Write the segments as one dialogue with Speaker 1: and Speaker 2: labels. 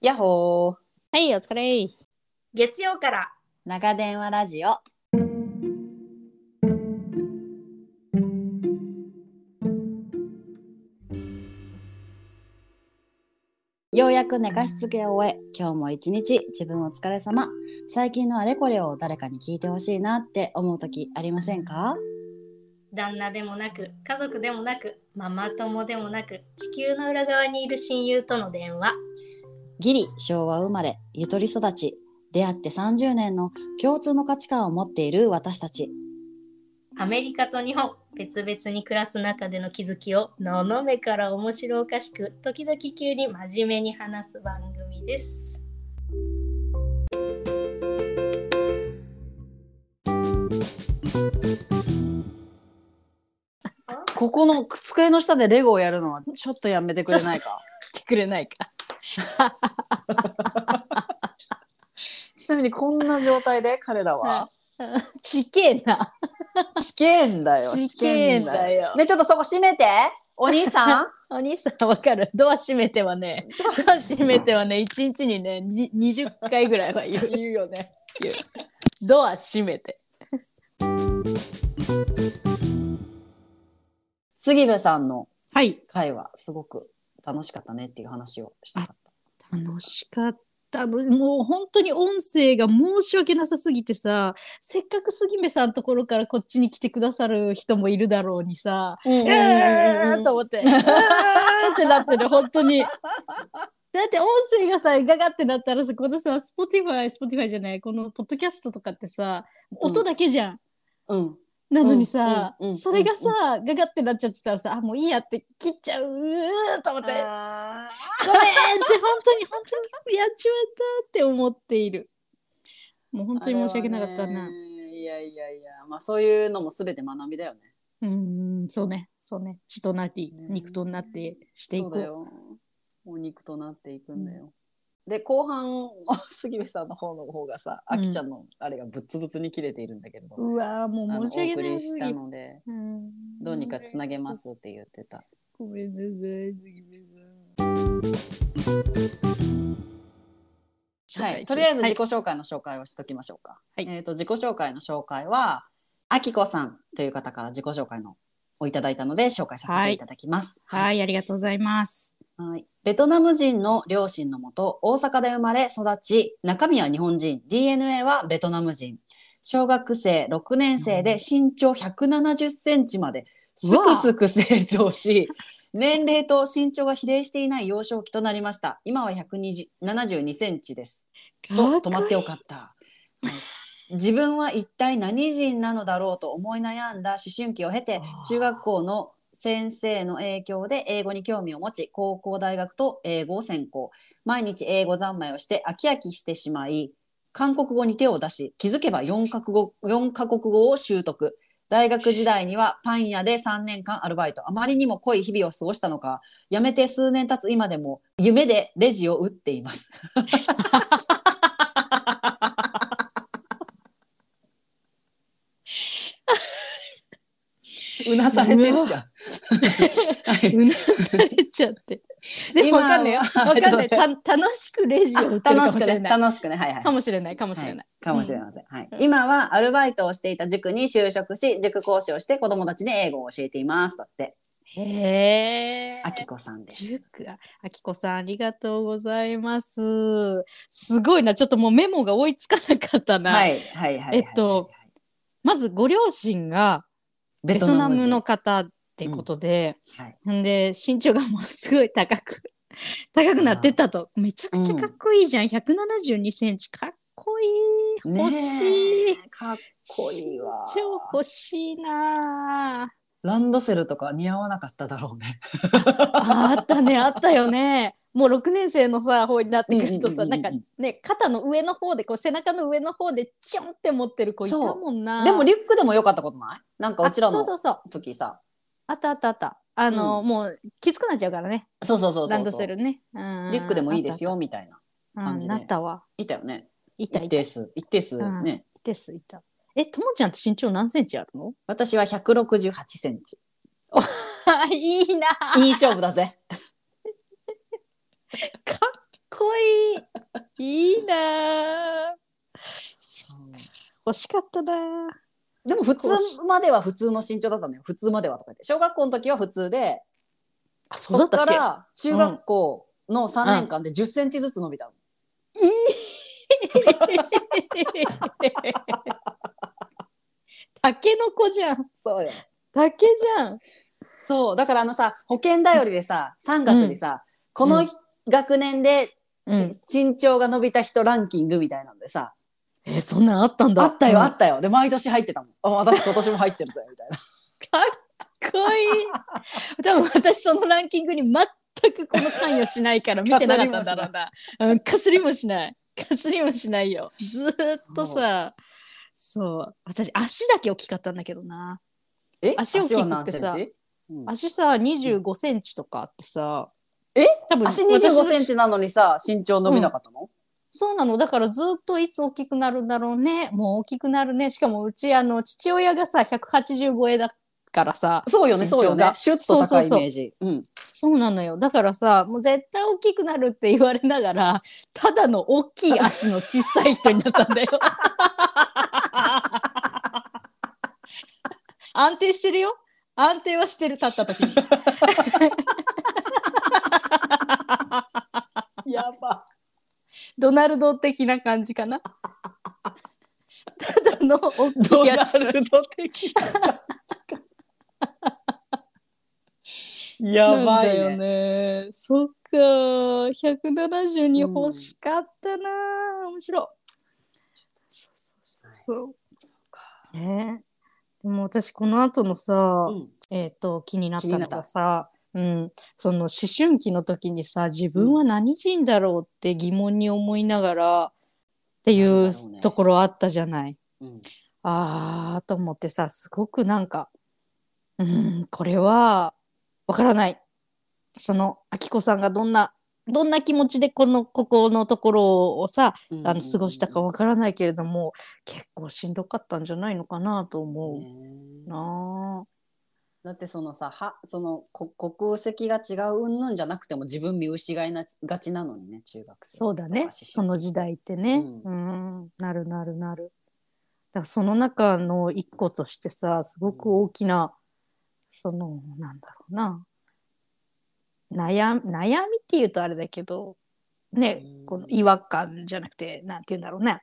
Speaker 1: やっほー
Speaker 2: はい、お疲れ。
Speaker 1: 月曜から
Speaker 2: 長電話ラジオ。ようやく寝かしつけを終え、今日も一日自分お疲れ様。最近のあれこれを誰かに聞いてほしいなって思う時ありませんか
Speaker 1: 旦那でもなく家族でもなくママ友でもなく地球の裏側にいる親友との電話
Speaker 2: ギリ昭和生まれゆとり育ち出会って30年の共通の価値観を持っている私たち
Speaker 1: アメリカと日本別々に暮らす中での気づきをののめから面白おかしく時々急に真面目に話す番組です
Speaker 3: ここの机の下でレゴをやるのはちょっとやめてくれないか。
Speaker 2: 来てくれないか
Speaker 3: ちなみにこんな状態 で彼らは
Speaker 2: ちけえな
Speaker 3: 試験だよ。
Speaker 2: ちけえんだ
Speaker 3: よ。
Speaker 2: よ
Speaker 3: ねちょっとそこ閉めて。お兄さん。
Speaker 2: お兄さんわかるドア閉めてはねドア閉めてはね一日にねに20回ぐらいは言う
Speaker 3: 言うよね。
Speaker 2: ドア閉めて
Speaker 3: 杉部さんの
Speaker 2: はい
Speaker 3: 会はすごく楽しかったねっていう話をしたかっ
Speaker 2: 楽しかったのもう本当に音声が申し訳なさすぎてさせっかく杉部さんのところからこっちに来てくださる人もいるだろうにさ
Speaker 3: た。うん
Speaker 2: うーんと思って、うーんってなってる、本 当に。だって音声がさ、ガガってなったらさ、このさ、Spotify、Spotify じゃない、このポッドキャストとかってさ、音だけじゃん。
Speaker 3: うん。
Speaker 2: なのにさ、
Speaker 3: うんうんうん
Speaker 2: それがさ、ガガってなっちゃってたらさ、あ、もういいやって切っちゃうーと思って、ごめんって本当に本当にやっちまったって思っている。もう本当に申し訳なかった
Speaker 3: あれは
Speaker 2: な。
Speaker 3: ねいやいやいや、まあそういうのもすべて学びだよね。
Speaker 2: うーん、そうね、そうね、血となり、肉となってしてい
Speaker 3: そ
Speaker 2: こ
Speaker 3: うだ
Speaker 2: う。
Speaker 3: よ。お肉となっていくんだよ。で後半 杉部さんの方の方がさ、あきちゃんのあれがぶっつぶつに切れているんだけれど、
Speaker 2: うわーも
Speaker 3: あのお
Speaker 2: う申し
Speaker 3: 送
Speaker 2: 訳ない
Speaker 3: りしたので
Speaker 2: うん
Speaker 3: どうにかつなげますって言ってた。
Speaker 2: ごめんなさい。
Speaker 3: はい、とりあえず自己
Speaker 2: は
Speaker 3: 紹介の紹介をしときましょうか。
Speaker 2: はい
Speaker 3: えっ、と自己紹介の紹介はあきこさんという方から自己紹介のをいただいたので紹介させていただきます。
Speaker 2: い、はいありがとうございます。
Speaker 3: はい、ベトナム人の両親のもと大阪で生まれ育ち中身は日本人 DNA はベトナム人小学生6年生で身長170センチまですくすく成長し 年齢と身長が比例していない幼少期となりました今は172センチですと止まってよかったはい自分は一体何人なのだろうと思い悩んだ思春期を経て中学校の先生の影響で英語に興味を持ち高校大学と英語を専攻毎日英語三昧をして飽き飽きしてしまい韓国語に手を出し気づけば4カ国語4カ国語を習得大学時代にはパン屋で3年間アルバイトあまりにも濃い日々を過ごしたのか辞めて数年経つ今でも夢でレジを打っていますうなされてるじゃん。はい
Speaker 2: うんうなされちゃって。でもわかんないよ。わ
Speaker 3: 今は
Speaker 2: かんない。た楽しくレジを売ってるかも
Speaker 3: 楽しく
Speaker 2: しれ
Speaker 3: ね、
Speaker 2: ない。
Speaker 3: 楽しくね、はいはい。
Speaker 2: かもしれない。かもしれ
Speaker 3: は
Speaker 2: ない。
Speaker 3: かもしれません。はい。今はアルバイトをしていた塾に就職し、塾講師をして子供たちに英語を教えています。だって、
Speaker 2: へえ。
Speaker 3: あきこさんです。
Speaker 2: 塾あ、あきこさんありがとうございます。すごいな。ちょっともうメモが追いつかなかったな。
Speaker 3: はい、はい、はい。
Speaker 2: えっと、まずご両親がベトナムの方ってことで、
Speaker 3: うんはい
Speaker 2: んで身長がもうすごい高く 高くなってったとめちゃくちゃかっこいいじゃん、172センチかっこいい
Speaker 3: ねえ
Speaker 2: 欲しい、
Speaker 3: かっこいいわ。
Speaker 2: 身長欲しいなあ
Speaker 3: ランドセルとか似合わなかっただろうね。
Speaker 2: あったねあったよねもう6年生のさ方になってくるとさ、
Speaker 3: うんうんうんうん
Speaker 2: なんかね肩の上の方でこう背中の上の方でチョンって持ってる子いたもんな
Speaker 3: でもリュックでも良かったことないなんかうちら
Speaker 2: あ
Speaker 3: の
Speaker 2: そうそうそう
Speaker 3: 時さ
Speaker 2: あったあったあったあの、もうきつくなっちゃうからね
Speaker 3: そうそうそうそう
Speaker 2: ランドセルね、うん
Speaker 3: リュックでもいいですよみたいな
Speaker 2: あったあ
Speaker 3: 感
Speaker 2: った
Speaker 3: じ
Speaker 2: う
Speaker 3: で
Speaker 2: んなったわ
Speaker 3: いたよね
Speaker 2: いた
Speaker 3: 一
Speaker 2: いた
Speaker 3: 定数一定数
Speaker 2: うん
Speaker 3: ね
Speaker 2: ですいたえともちゃんって身長何センチあるの
Speaker 3: 私は168センチ
Speaker 2: いいない
Speaker 3: い勝負だぜ
Speaker 2: かっこいい。いいなあ。そう欲しかったなあ。
Speaker 3: でも普通までは普通の身長だったのよ普通まではとか言って小学校の時は普通で
Speaker 2: あ、
Speaker 3: そっ から中学校の3年間で10センチずつ伸びたの、
Speaker 2: タケノコじゃん。
Speaker 3: そうだよ
Speaker 2: タケじゃん。
Speaker 3: そうだからあのさ保険頼りでさ3月にさ、こ
Speaker 2: う
Speaker 3: の
Speaker 2: ん
Speaker 3: 学年で
Speaker 2: うん。
Speaker 3: 身長が伸びた人ランキングみたいなんでさ、
Speaker 2: え、そんなんあったんだ。
Speaker 3: あったよあ
Speaker 2: うん
Speaker 3: ったよで毎年入ってたもんあ私今年も入ってるぜみたい な
Speaker 2: かっこ いい。多分私そのランキングに全くこの関与しな いから見てなかったんだろうな。うん、かすりもしない。かすりもしないよ。ずーっとさ、そう。私足だけ大きかったんだけどな。
Speaker 3: え
Speaker 2: 足を切ってさ
Speaker 3: 足は何センチうん
Speaker 2: 足さ25センチとかあってさ。
Speaker 3: え
Speaker 2: 多分
Speaker 3: 足25セン
Speaker 2: 私
Speaker 3: チなのにさ身長伸びなかったの、
Speaker 2: そうなの。だからずっといつ大きくなるんだろうね。もう大きくなるね。しかもうち、あの、父親がさ、180超えだからさ。
Speaker 3: そうよね
Speaker 2: 身
Speaker 3: そうよ
Speaker 2: 長
Speaker 3: ね
Speaker 2: が
Speaker 3: シュッと高いイメージうん
Speaker 2: そうなのよ。だからさ、もう絶対大きくなるって言われながら、ただの大きい足の小さい人になったんだよ。 安定してるよ。安定はしてる、立った時に。
Speaker 3: やば
Speaker 2: ドナルド的な感じかな。ただの大きい足の。
Speaker 3: ド的な感じかやばい
Speaker 2: な
Speaker 3: ね
Speaker 2: んだよね。そっか、172
Speaker 3: うん
Speaker 2: 欲しかったな、面白い。そうそうそうそう。ねえでも私この後のさ、
Speaker 3: うん
Speaker 2: えっ、と気になった
Speaker 3: 気
Speaker 2: の
Speaker 3: になった
Speaker 2: がさ、うん、その思春期の時にさ自分は何人だろうって疑問に思いながらってい
Speaker 3: なん
Speaker 2: う
Speaker 3: だろうね
Speaker 2: ところあったじゃない。
Speaker 3: うん
Speaker 2: あーと思ってさすごくなんかうーんこれはわからないそのあきこさんがどんなどんな気持ちでこのここのところをさあの過ごしたかわからないけれども結構しんどかったんじゃないのかなと思
Speaker 3: ね
Speaker 2: うな
Speaker 3: だってそのさはそのこ国籍が違う云々じゃなくても自分見失いながちなのにね中学生
Speaker 2: そうだ
Speaker 3: とか
Speaker 2: ね
Speaker 3: 思春期
Speaker 2: その時代ってね
Speaker 3: う
Speaker 2: うんなるなるなるだからその中の一個としてさすごく大きな、そのなんだろうな悩悩みっていうとあれだけどね
Speaker 3: うん
Speaker 2: この違和感じゃなくてなんて言うんだろうね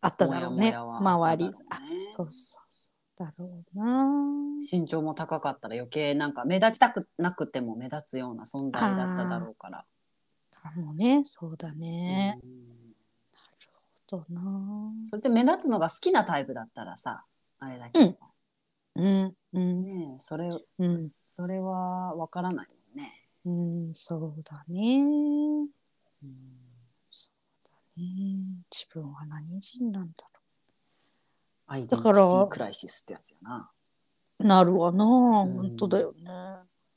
Speaker 2: あっただろう
Speaker 3: も
Speaker 2: ね
Speaker 3: やもやはあ
Speaker 2: 周
Speaker 3: っただろ
Speaker 2: り
Speaker 3: うね
Speaker 2: あそうそうそうだろうな
Speaker 3: 身長も高かったら余計なんか目立ちたくなくても目立つような存在だっただろうから。
Speaker 2: かもねそうだね、
Speaker 3: うん
Speaker 2: なるほどな
Speaker 3: それで目立つのが好きなタイプだったらさあれだけど、
Speaker 2: うんうん
Speaker 3: ねえそれ
Speaker 2: うん
Speaker 3: それはわからないもんね。
Speaker 2: うん、そうだね。ね自分は何人なんだろ
Speaker 3: アイデンテ
Speaker 2: だ
Speaker 3: ィ
Speaker 2: か
Speaker 3: テ
Speaker 2: ら
Speaker 3: ィクライシスってやつやな。
Speaker 2: う。なるわな、
Speaker 3: ん
Speaker 2: 本当だよね。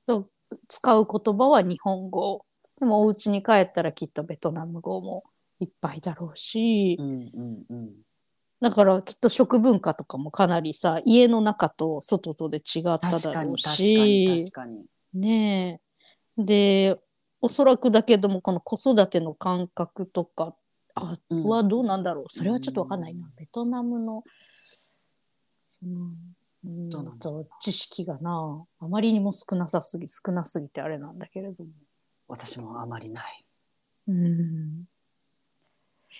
Speaker 2: だ使う言葉は日本語。でもお家に帰ったらきっとベトナム語もいっぱいだろうし、
Speaker 3: うんうんうん。
Speaker 2: だからきっと食文化とかもかなりさ、家の中と外とで違った
Speaker 3: 確
Speaker 2: だ
Speaker 3: か
Speaker 2: ろ
Speaker 3: に
Speaker 2: う
Speaker 3: 確かに
Speaker 2: し
Speaker 3: 確。かに。
Speaker 2: ねえ。で、おそらくだけども、この子育ての感覚とかあ
Speaker 3: うん
Speaker 2: はどうなんだろう、それはちょっとわかんないな。
Speaker 3: うん
Speaker 2: ベトナムの、その、うん
Speaker 3: どうなんだろう
Speaker 2: と知識がな、あまりにも少なさすぎ、少なすぎてあれなんだけれども。
Speaker 3: 私もあまりない。
Speaker 2: うん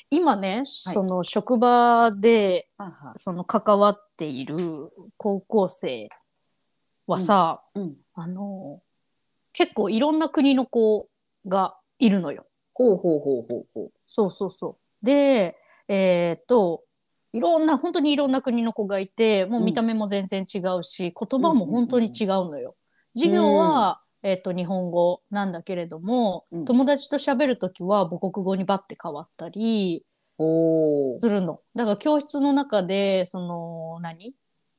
Speaker 2: 今ね、その職場で、
Speaker 3: はは
Speaker 2: その関わっている高校生はさ、
Speaker 3: うん。
Speaker 2: あの、結構いろんな国の子がいるのよ。
Speaker 3: ほうほうほうほうほう。
Speaker 2: そうそうそう。で、えーっと、いろんな、本当にいろんな国の子がいて、もう見た目も全然違うし、言葉も本当に違うのよ。授業はえっと日本語なんだけれども、
Speaker 3: うん
Speaker 2: 友達と喋るときは母国語にバッて変わったり
Speaker 3: おー
Speaker 2: するの。だから教室の中でその何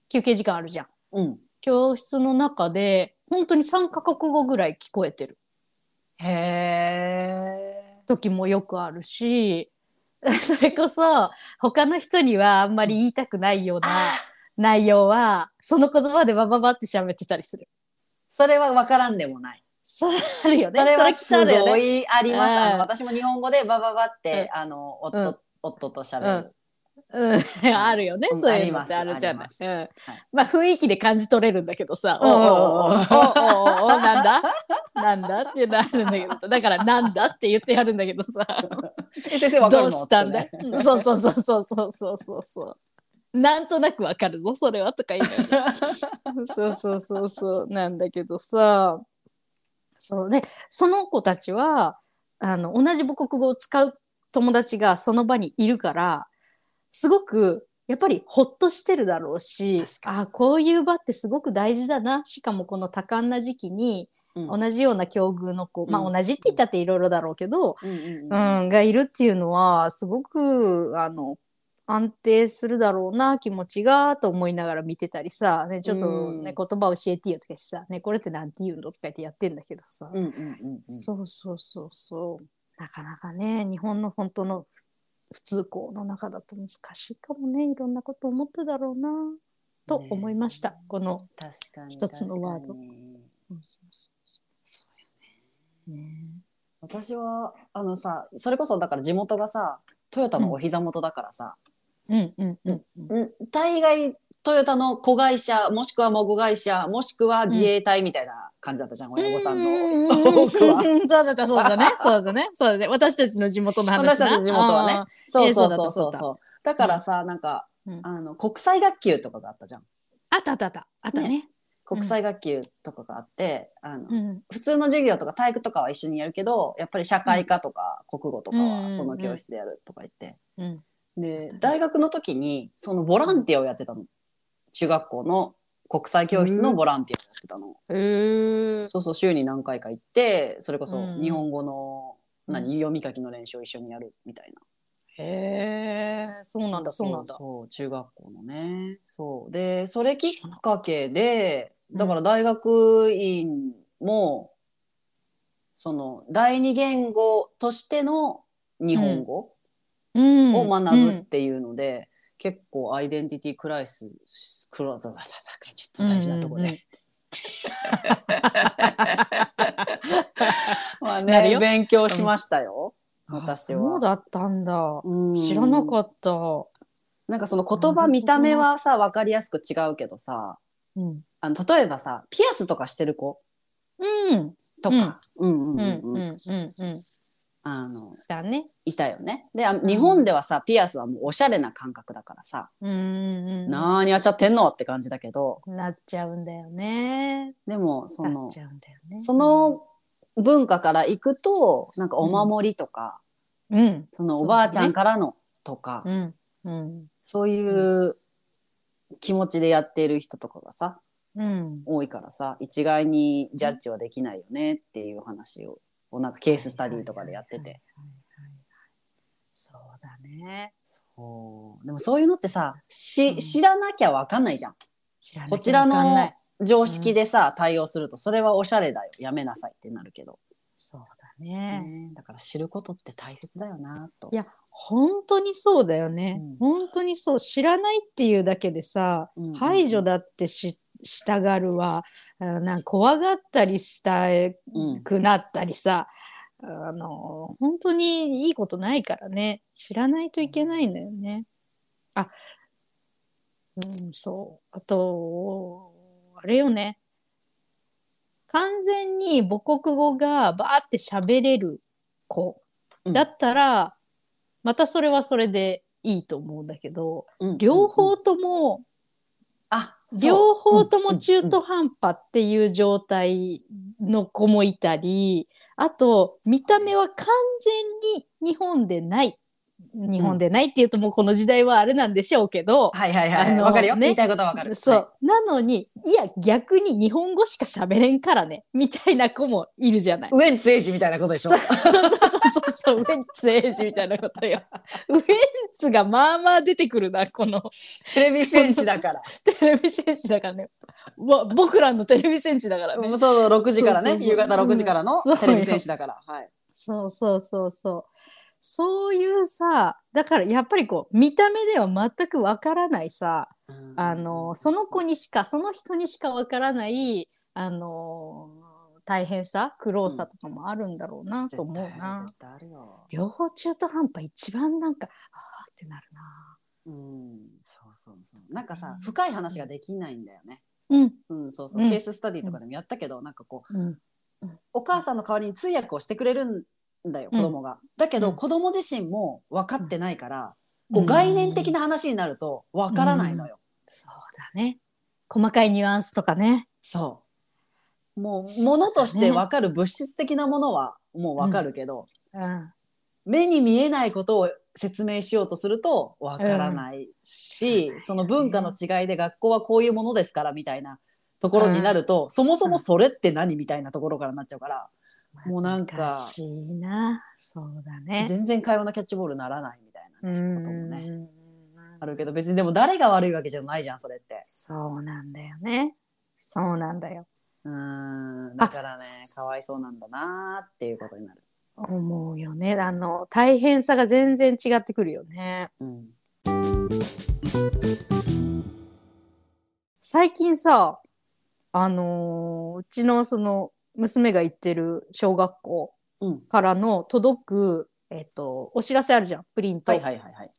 Speaker 2: 休憩時間あるじゃん。
Speaker 3: うん。
Speaker 2: 教室の中で本当に3カ国語ぐらい聞こえてる
Speaker 3: へえ。
Speaker 2: 時もよくあるし それこそ他の人にはあんまり言いたくないような内容はその言葉でバババって喋ってたりする。
Speaker 3: それは分からんでもない。
Speaker 2: そうあるよね。
Speaker 3: それは
Speaker 2: きっ
Speaker 3: す
Speaker 2: とあるよ
Speaker 3: ご
Speaker 2: ね
Speaker 3: いあります。
Speaker 2: うん
Speaker 3: あの私も日本語でバババって、あの夫,、
Speaker 2: うん
Speaker 3: 夫と喋る、
Speaker 2: うん、 あるよね、
Speaker 3: うん
Speaker 2: そういうのってあ
Speaker 3: あります
Speaker 2: るじゃな
Speaker 3: あ
Speaker 2: い
Speaker 3: りま。
Speaker 2: うんまあ雰囲気で感じ取れるんだけどさ、
Speaker 3: うん
Speaker 2: おうおうおうおうおうおうおうなんだ なんだっていうのあるんだけどさ、だからなんだって言ってやるんだけどさ、
Speaker 3: え先生分かる
Speaker 2: ど
Speaker 3: の
Speaker 2: うしたんだ
Speaker 3: っ
Speaker 2: い
Speaker 3: てね
Speaker 2: うんそうそうそうそうそうそうそうそう。なんとなくわかるぞ、それはとか言いながら そうそうそうそう、なんだけどさ、そうで、その子たちは、あの同じ母国語を使う友達がその場にいるからすごくやっぱりほっとしてるだろうしあこういう場ってすごく大事だなしかもこの多感な時期に
Speaker 3: うん
Speaker 2: 同じような境遇の子、ま
Speaker 3: う
Speaker 2: あ
Speaker 3: ん
Speaker 2: 同じって言ったっていろいろだろうけど、
Speaker 3: うんうん
Speaker 2: う
Speaker 3: うん
Speaker 2: ん、がいるっていうのはすごくあの安定するだろうな気持ちがと思いながら見てたりさ、ね、ちょっと、ね
Speaker 3: う
Speaker 2: 言葉教えてよとか言ってさ、ね、これってなんて言うのとか言ってやってんだけどさ、
Speaker 3: うんうんうんうん
Speaker 2: そうそうそうそう。なかなかね、日本の本当のふ普通校の中だと難しいかもね、いろんなこと思ってだろうなと思いました。
Speaker 3: ねえ
Speaker 2: この。
Speaker 3: 確かに
Speaker 2: 一つのワード
Speaker 3: 確かに
Speaker 2: ね
Speaker 3: 私はあのさそれこそだから地元がさトヨタのお膝元だからさ、
Speaker 2: うんうんうんうん。
Speaker 3: うん大概トヨタの子会社もしくは母子会社もしくは自衛隊みたいな感じだったじゃん、親御さんの。
Speaker 2: の
Speaker 3: 多くは
Speaker 2: そうだったそうだねそうだねそうだね私たちの地元の話
Speaker 3: 私
Speaker 2: な
Speaker 3: たちの地元はね
Speaker 2: あ
Speaker 3: そうそう
Speaker 2: えーそうだ
Speaker 3: そう
Speaker 2: った
Speaker 3: そ
Speaker 2: そううだった
Speaker 3: そう。だからさ、なんか、
Speaker 2: うん
Speaker 3: あの国際学級とかがあったじゃん。
Speaker 2: ーあったあったあったあったね
Speaker 3: 国際学級とかがあって、あの
Speaker 2: うん
Speaker 3: 普通の授業とか体育とかは一緒にやるけどやっぱり社会科とか国語とか
Speaker 2: うんうん
Speaker 3: は
Speaker 2: うん
Speaker 3: その教室でやるとか言って、
Speaker 2: うん
Speaker 3: で大学の時にそのボランティアをやってたの中学校の国際教室のボランティアをやってたの、
Speaker 2: へえ
Speaker 3: そうそう週に何回か行ってそれこそ
Speaker 2: うん
Speaker 3: 日本語の、
Speaker 2: うん
Speaker 3: 何読み書きの練習を一緒にやるみたいな。
Speaker 2: へえそうなんだそうなんだ
Speaker 3: そう中学校のねそうでそれきっかけでだから大学院も、その第二言語としての日本語
Speaker 2: うん
Speaker 3: を学ぶっていうので、結構アイデンティティクライシスクラだだだだ感じ
Speaker 2: うん
Speaker 3: 大事なとこ
Speaker 2: うん
Speaker 3: ね
Speaker 2: うん。
Speaker 3: まあ
Speaker 2: なる
Speaker 3: ね
Speaker 2: よ
Speaker 3: 勉強しましたよ、
Speaker 2: うん
Speaker 3: 私
Speaker 2: あそう
Speaker 3: は。
Speaker 2: だったんだ
Speaker 3: うん
Speaker 2: 知らなかった。
Speaker 3: なんかその言葉見た目はさ分かりやすく違うけどさ
Speaker 2: うん。
Speaker 3: あの例えばさピアスとかしてる子
Speaker 2: うん。
Speaker 3: とか、うんう
Speaker 2: うん。
Speaker 3: ん
Speaker 2: う
Speaker 3: うんん。うん
Speaker 2: うん。うん。
Speaker 3: あの
Speaker 2: だね。
Speaker 3: いたよね。であ日本ではさピアスはもうおしゃれな感覚だからさ、
Speaker 2: うんうん。
Speaker 3: なーにやっちゃってんのって感じだけど
Speaker 2: なっちゃうんだよね。
Speaker 3: でもそ
Speaker 2: な
Speaker 3: の
Speaker 2: っちゃうんだよね。
Speaker 3: そ、の文化からいくとなんかお守りとか、
Speaker 2: うん。
Speaker 3: そのおばあちゃんからのとか
Speaker 2: そうだね。うん。
Speaker 3: そう,、いう気持ちでやってる人とかがさ
Speaker 2: うん。うん。
Speaker 3: 多いからさ一概にジャッジはできないよねっていう話を。をなんかケーススタディとかでやってて、
Speaker 2: そうだね。
Speaker 3: そうでもそういうのってさし
Speaker 2: うん
Speaker 3: 知らなきゃわかんないじゃん
Speaker 2: 知らなきゃ
Speaker 3: こちら
Speaker 2: わかんな
Speaker 3: の
Speaker 2: い
Speaker 3: 常識でさ、対応するとそれはおしゃれだよやめなさいってなるけど、
Speaker 2: そうだね。
Speaker 3: ねだから知ることって大切だよなと
Speaker 2: いや本当にそうだよ
Speaker 3: う
Speaker 2: ね。
Speaker 3: ん
Speaker 2: 本当にそう。知らないっていうだけでさ、
Speaker 3: うんうんうん
Speaker 2: 排除だってししたがるわあのなんか怖がったりしたくなったりさ、あの本当にいいことないからね知らないといけないんだよね。あうんそうあとあれよね完全に母国語がバーって喋れる子
Speaker 3: うん
Speaker 2: だったら、またそれはそれでいいと思うんだけど
Speaker 3: うんうんうん
Speaker 2: 両方とも
Speaker 3: あそう
Speaker 2: 両方とも中途半端っていう状態の子もいたり、あと見た目は完全に日本でない日本でないっていうともうこの時代はあれなんでしょうけど、
Speaker 3: はいはいはい
Speaker 2: あの
Speaker 3: わかるよ、
Speaker 2: ね
Speaker 3: 言いたいことはわかる
Speaker 2: そう、
Speaker 3: はい
Speaker 2: なのにいや逆に日本語しか喋れんからねみたいな子もいるじゃない。
Speaker 3: ウエンツエイジみたいなことでしょ
Speaker 2: そうそうそうそうそうウエンツエイジみたいなことよ。ウエンツがまあまあ出てくるなこの
Speaker 3: テレビ戦士だから
Speaker 2: テレビ戦士だからね。わ僕らのテレビ戦士だからね
Speaker 3: も。うそうそう6時からね
Speaker 2: そうそうそう
Speaker 3: 夕方6時からの
Speaker 2: うん
Speaker 3: テレビ戦士だから、はい
Speaker 2: そうそうそうそう。そういうさだからやっぱりこう見た目では全くわからないさあのその子にしかその人にしかわからないあの大変さ苦労さとかもあるんだろうなと思うな。
Speaker 3: 絶対あるよ、
Speaker 2: 両方中途半端一番なんかああってなるな。
Speaker 3: うん、そうそうそうなんかさ深い話ができないんだよね
Speaker 2: うん、
Speaker 3: うん、そうそう、
Speaker 2: うん
Speaker 3: ケーススタディとかでもやったけど、なんかこう
Speaker 2: うん、
Speaker 3: お母さんの代わりに通訳をしてくれるんだよ
Speaker 2: う
Speaker 3: 子
Speaker 2: ん
Speaker 3: 供が、だけど、
Speaker 2: うん
Speaker 3: 子供自身も分かってないから、こう概念的な
Speaker 2: な
Speaker 3: 話になると分からないのよ、
Speaker 2: そうだね細かいニュアンスとかね。
Speaker 3: そうも
Speaker 2: そう
Speaker 3: う
Speaker 2: だね
Speaker 3: ものとして分かる物質的なものはもう分かるけど、
Speaker 2: うん
Speaker 3: 目に見えないことを説明しようとすると分からないし、
Speaker 2: うん
Speaker 3: その文化の違いで学校はこういうものですからみたいなところになると、そもそもそれって何みたいなところからなっちゃうから。もうなんか
Speaker 2: 難しいなそうだね。
Speaker 3: 全然会話のキャッチボールならないみたいなね、
Speaker 2: うん
Speaker 3: こともねあ
Speaker 2: うん
Speaker 3: るけど別にでも誰が悪いわけじゃないじゃんそれって
Speaker 2: そうなんだよね。そうなんだよ。
Speaker 3: うーんだからね
Speaker 2: あ
Speaker 3: かわいそうなんだなーっていうことになる、
Speaker 2: 思うよね。あの大変さが全然違ってくるよね。
Speaker 3: うん、
Speaker 2: 最近さ、あのーうちのその娘が行ってる小学校
Speaker 3: うん
Speaker 2: からの届く、えっと、お知らせあるじゃん、プリント。
Speaker 3: はいはいはいはい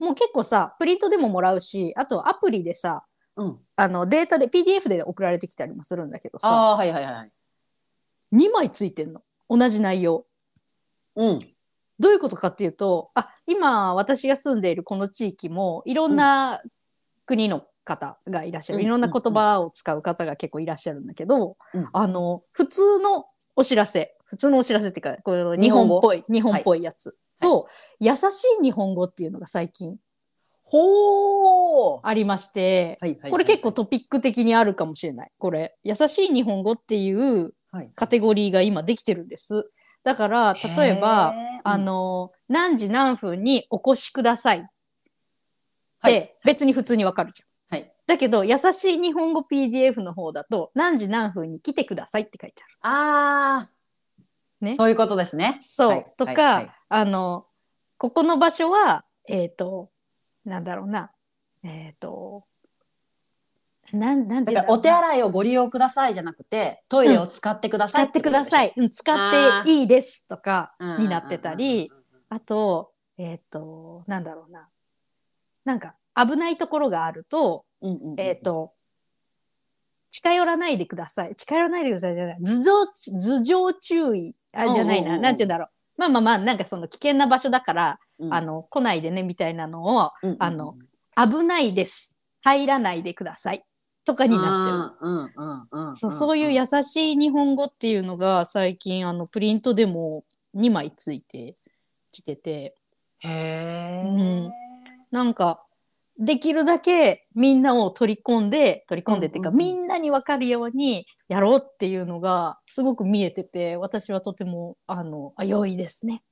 Speaker 2: もう結構さ、プリントでももらうし、あとアプリでさ、
Speaker 3: うん
Speaker 2: あのデータで PDF で送られてきたりもするんだけどさ、
Speaker 3: ああーはいはいはいはい
Speaker 2: 2枚ついてんの。同じ内容。
Speaker 3: うん
Speaker 2: どういうことかっていうとあ今私が住んでいるこの地域もいろんな国の方がいらっしゃる、
Speaker 3: うん
Speaker 2: いろんな言葉を使う方が結構いらっしゃるんだけど、
Speaker 3: うん
Speaker 2: あの普通のお知らせ普通のお知らせっていうかこれ日本っぽい日本っぽいやつ、と、優しい日本語っていうのが最近
Speaker 3: ほー
Speaker 2: ありまして、
Speaker 3: はいはいはい
Speaker 2: これ結構トピック的にあるかもしれないこれ優しい日本語っていう
Speaker 3: はい
Speaker 2: カテゴリーが今できてるんですだから例えば
Speaker 3: へー
Speaker 2: あ
Speaker 3: うん
Speaker 2: の、何時何分にお越しくださいっ
Speaker 3: はい
Speaker 2: て別に普通にわかるじゃん。
Speaker 3: はい
Speaker 2: だけど、優しい日本語 PDF の方だと、何時何分に来てくださいって書いてある。
Speaker 3: あー
Speaker 2: ね
Speaker 3: そういうことですね
Speaker 2: そう。
Speaker 3: はい
Speaker 2: とか、
Speaker 3: はいはい
Speaker 2: あの、ここの場所は、えっ、と、なんだろうな、えっ、と、なん、なんて
Speaker 3: だから
Speaker 2: 言うんろうな
Speaker 3: お手洗いをご利用くださいじゃなくてトイレを使ってくださ
Speaker 2: 使
Speaker 3: い
Speaker 2: ってくださ
Speaker 3: い
Speaker 2: い。うん、使っていいですとかになってた
Speaker 3: う
Speaker 2: り、
Speaker 3: んうんうんうんうん
Speaker 2: あと、えっ、と、なんだろうな。なんか、危ないところがあると、
Speaker 3: うんうんうん
Speaker 2: えっ、と、近寄らないでください。近寄らないでくださいじゃない。頭上ち、頭上注意。あ、じゃない
Speaker 3: うんうんうん
Speaker 2: な。
Speaker 3: うん
Speaker 2: なんて言うんだろう。まあまあまあ、なんかその危険な場所だから、
Speaker 3: うん
Speaker 2: あの、来ないでね、みたいなのを、
Speaker 3: うんうんうん
Speaker 2: あの危ないです。入らないでください。とかになってる。
Speaker 3: うんうんうんん
Speaker 2: そうそういう優しい日本語っていうのが最近あのプリントでも2枚ついてきてて
Speaker 3: へえ、
Speaker 2: うんなんかできるだけみんなを取り込んで取り込んでっていうか、
Speaker 3: うんうんうん
Speaker 2: みんなに分かるようにやろうっていうのがすごく見えてて私はとてもあのあ良いですね。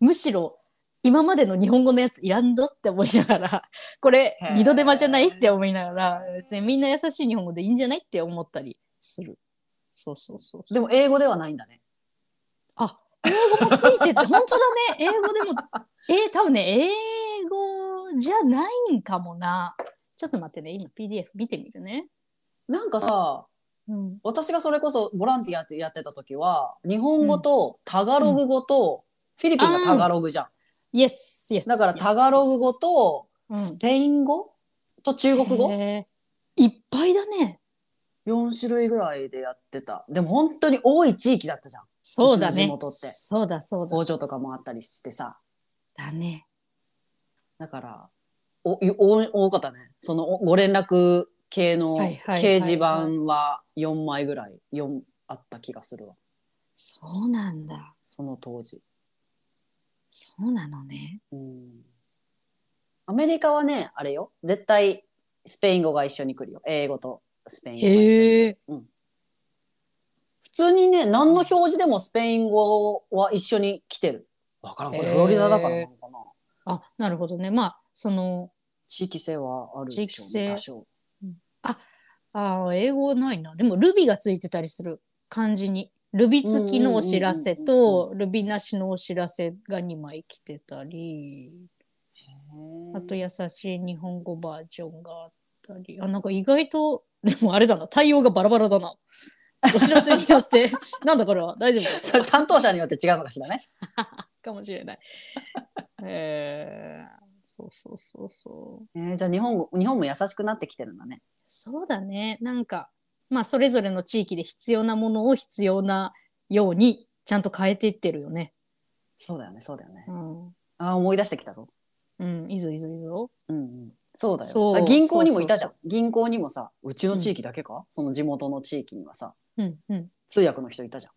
Speaker 2: むしろ今までの日本語のやついらんぞって思いながら これ
Speaker 3: へー
Speaker 2: 二度手間じゃないって思いながら別にみんな優しい日本語でいいんじゃないって思ったりする。そうそうそうそう
Speaker 3: でも英語ではないんだね。
Speaker 2: あ、英語もついてって、本当だね。英語で も、えー、多分ね、英語じゃないんかもな。ちょっと待ってね、今 PDF 見てみるね。
Speaker 3: なんかさ、
Speaker 2: うん。
Speaker 3: 私がそれこそボランティアってやってた時は、日本語とタガログ語と、フィリピンがタガログじゃん。
Speaker 2: Yes, yes.
Speaker 3: だからタガログ語と
Speaker 2: うん
Speaker 3: スペイン語と中国語
Speaker 2: へーいっぱいだね。
Speaker 3: 4種類ぐらいでやってた。でも本当に多い地域だったじゃん。
Speaker 2: そうだ
Speaker 3: うちの地
Speaker 2: ね。
Speaker 3: 元って
Speaker 2: そうだ、そうだ。
Speaker 3: 工場とかもあったりしてさ。
Speaker 2: だね。
Speaker 3: だから、お、お多かったね。そのおご連絡系の
Speaker 2: はいはいはいはい
Speaker 3: 掲示板は4枚ぐらい、4あった気がするわ。
Speaker 2: そうなんだ。
Speaker 3: その当時。
Speaker 2: そうなのね。
Speaker 3: うんアメリカはね、あれよ。絶対、スペイン語が一緒に来るよ。英語とスペイン語が一緒に。
Speaker 2: へえ。
Speaker 3: 普通にね、何の表示でもスペイン語は一緒に来てる。わからん。これ
Speaker 2: へー
Speaker 3: フロリダだからなのかな。
Speaker 2: あ、なるほどね。まあ、その、
Speaker 3: 地域性はあるでしょうね、
Speaker 2: 地域性
Speaker 3: 多少。
Speaker 2: ああ、英語ないな。でも、ルビがついてたりする。漢字に。ルビ付きのお知らせ
Speaker 3: うんうんうん
Speaker 2: と、ルビなしのお知らせが2枚来てたり、あと、優しい日本語バージョンがあったり。あ、なんか意外と、 でもあれだな。対応がバラバラだな。お知らせによって、 なんだこれは大丈夫だ
Speaker 3: それ担当者によって違うのかしらね。
Speaker 2: かもしれない。えー、そうそうそうそう。
Speaker 3: えーじゃあ日本語、日本も優しくなってきてるんだね。
Speaker 2: そうだね。なんか、まあ、それぞれの地域で必要なものを必要なように、ちゃんと変えていってるよね。
Speaker 3: そうだよね、そうだよね
Speaker 2: う。ん。
Speaker 3: ああ、思い出してきたぞ。
Speaker 2: うん、いいぞいいぞいいぞ。
Speaker 3: うんうん。そうだよ。
Speaker 2: そう
Speaker 3: あ銀行にもいたじゃん
Speaker 2: そ。
Speaker 3: 銀行にもさ、うちの地域だけか、その地元の地域にはさ、
Speaker 2: うん、うん。
Speaker 3: 通訳の人いたじゃん。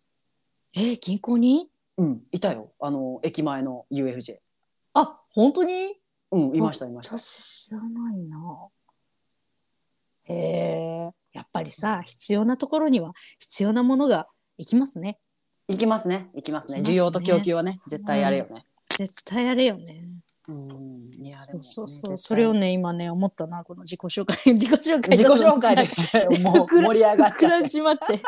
Speaker 2: えー銀行に
Speaker 3: うん、いたよ。あの、駅前の UFJ。
Speaker 2: あ、本当に
Speaker 3: うん、いました、いました。
Speaker 2: 私知らないな。へえ。やっぱりさ、必要なところには必要なものがいきますね。
Speaker 3: 行きますね、行きますね。
Speaker 2: 行きます
Speaker 3: 需
Speaker 2: ね
Speaker 3: 要と供給はね、絶対あれよね。
Speaker 2: 絶対あれよね。
Speaker 3: うん、いや、で
Speaker 2: そ
Speaker 3: も
Speaker 2: う
Speaker 3: ね
Speaker 2: そう
Speaker 3: 絶
Speaker 2: そう、
Speaker 3: 対
Speaker 2: それをね、今ね、思ったな、この自己紹介、 自己紹介
Speaker 3: 自己
Speaker 2: だと
Speaker 3: 紹介 でもう盛り上がっちゃ
Speaker 2: 膨
Speaker 3: っ
Speaker 2: ら
Speaker 3: て
Speaker 2: んじまって、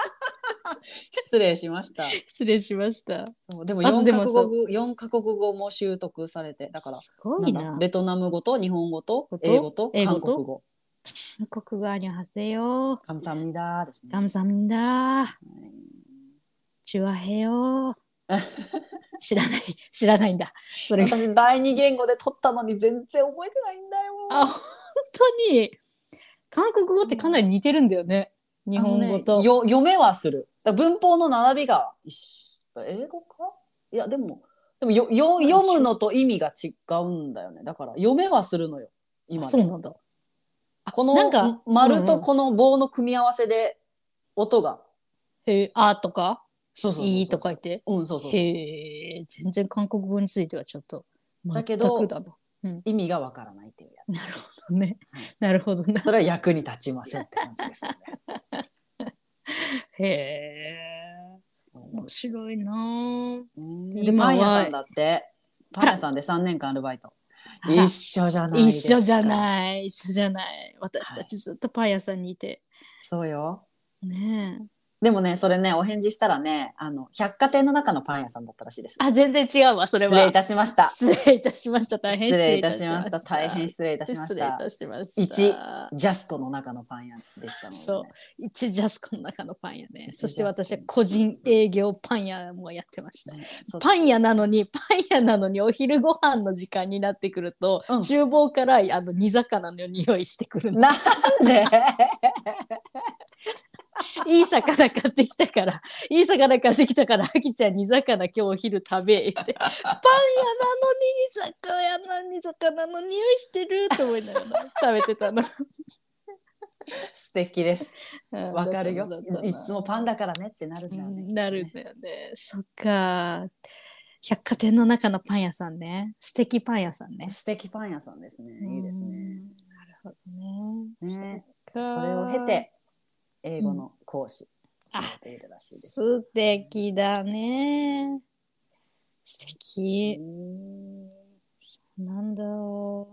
Speaker 3: 失礼しました。
Speaker 2: 失礼しました。
Speaker 3: そうでも
Speaker 2: あと
Speaker 3: 4
Speaker 2: で
Speaker 3: カ
Speaker 2: も
Speaker 3: 国語四カ国語も習得されてだから
Speaker 2: すごい
Speaker 3: なん
Speaker 2: な
Speaker 3: だ。ベトナム語と日本語と
Speaker 2: こと
Speaker 3: 英語と
Speaker 2: 英
Speaker 3: 韓
Speaker 2: 語と
Speaker 3: 国語。
Speaker 2: 韓国側にはせよ。
Speaker 3: カムサハムニダーですね。
Speaker 2: ガムサミンだ。
Speaker 3: はい
Speaker 2: チュアヘ ヨ。知らない、知らないんだ。それが。
Speaker 3: 私第二言語で取ったのに全然覚えてないんだよ。
Speaker 2: あ、本当に。韓国語ってかなり似てるんだよね。日本語
Speaker 3: あ
Speaker 2: と。
Speaker 3: のねよ読めはする。だから文法の並びが一緒英語かいやでもでもよよ読むのと意味が違うんだよね。だから読めはするのよ。今で
Speaker 2: あそうなんだ。
Speaker 3: この
Speaker 2: なんか
Speaker 3: 丸
Speaker 2: うん
Speaker 3: と
Speaker 2: うん
Speaker 3: この棒の組み合わせで音が。
Speaker 2: へえ、あとか、
Speaker 3: そう
Speaker 2: いいとか言って。
Speaker 3: うんそうそうそう。
Speaker 2: へえ、全然韓国語についてはちょっと。
Speaker 3: だけ
Speaker 2: 全
Speaker 3: ど
Speaker 2: くだな。
Speaker 3: 意味がわからないっていうやつ。
Speaker 2: なるほどね。なるほどな。
Speaker 3: それは役に立ちませんって感じですよね。
Speaker 2: へえ。面白いなぁ。
Speaker 3: で
Speaker 2: 今
Speaker 3: パ
Speaker 2: は
Speaker 3: ン屋さんだってパン屋さんで3年間アルバイト
Speaker 2: あら
Speaker 3: 一緒じゃない
Speaker 2: 一緒じゃ
Speaker 3: い
Speaker 2: ない。一緒じゃない。私たちずっとパン屋さんにいて。
Speaker 3: そうよ
Speaker 2: ねえ。
Speaker 3: でもねそれねお返事したらねあの百貨店の中のパン屋さんだったらしいです
Speaker 2: あ、全然違うわ、それは。
Speaker 3: 失礼いたしました
Speaker 2: 失礼いたしました。大変
Speaker 3: 失礼いたしました大変
Speaker 2: 失
Speaker 3: 失礼いたし
Speaker 2: 礼い
Speaker 3: ま
Speaker 2: た
Speaker 3: し
Speaker 2: しました。失礼い
Speaker 3: た
Speaker 2: たしました。
Speaker 3: ジャスコの中のパン屋でした
Speaker 2: そ
Speaker 3: の
Speaker 2: う
Speaker 3: でね
Speaker 2: 一ジャスコの中のパン屋ね。
Speaker 3: 一
Speaker 2: そし
Speaker 3: ジ
Speaker 2: て
Speaker 3: ャスコ
Speaker 2: 私は個人営業パン屋もやってました。
Speaker 3: ねそう
Speaker 2: パン屋なのに、パン屋なのにお昼ご飯の時間になってくると、
Speaker 3: うん
Speaker 2: 厨房からあの煮魚の匂いしてくるの
Speaker 3: なんで
Speaker 2: いい魚買ってきたから、いい魚買ってきたから、あきちゃん煮魚今日お昼食べって。パン屋なのに煮魚屋なのに魚の匂いしてると思いながら食べてたの。
Speaker 3: 素敵です
Speaker 2: うん
Speaker 3: わかるよ
Speaker 2: だったない
Speaker 3: つもパンだからねってなるんだよね
Speaker 2: うんなるんだよね。そっか。百貨店の中のパン屋さんね。素敵パン屋さんね。
Speaker 3: 素敵パン屋さんですねいいですね
Speaker 2: うん。なるほどね。
Speaker 3: ね
Speaker 2: そ
Speaker 3: それを経て英語の講師
Speaker 2: う
Speaker 3: さ
Speaker 2: ん
Speaker 3: れているらしいです
Speaker 2: 素敵だね。素敵。なんだろ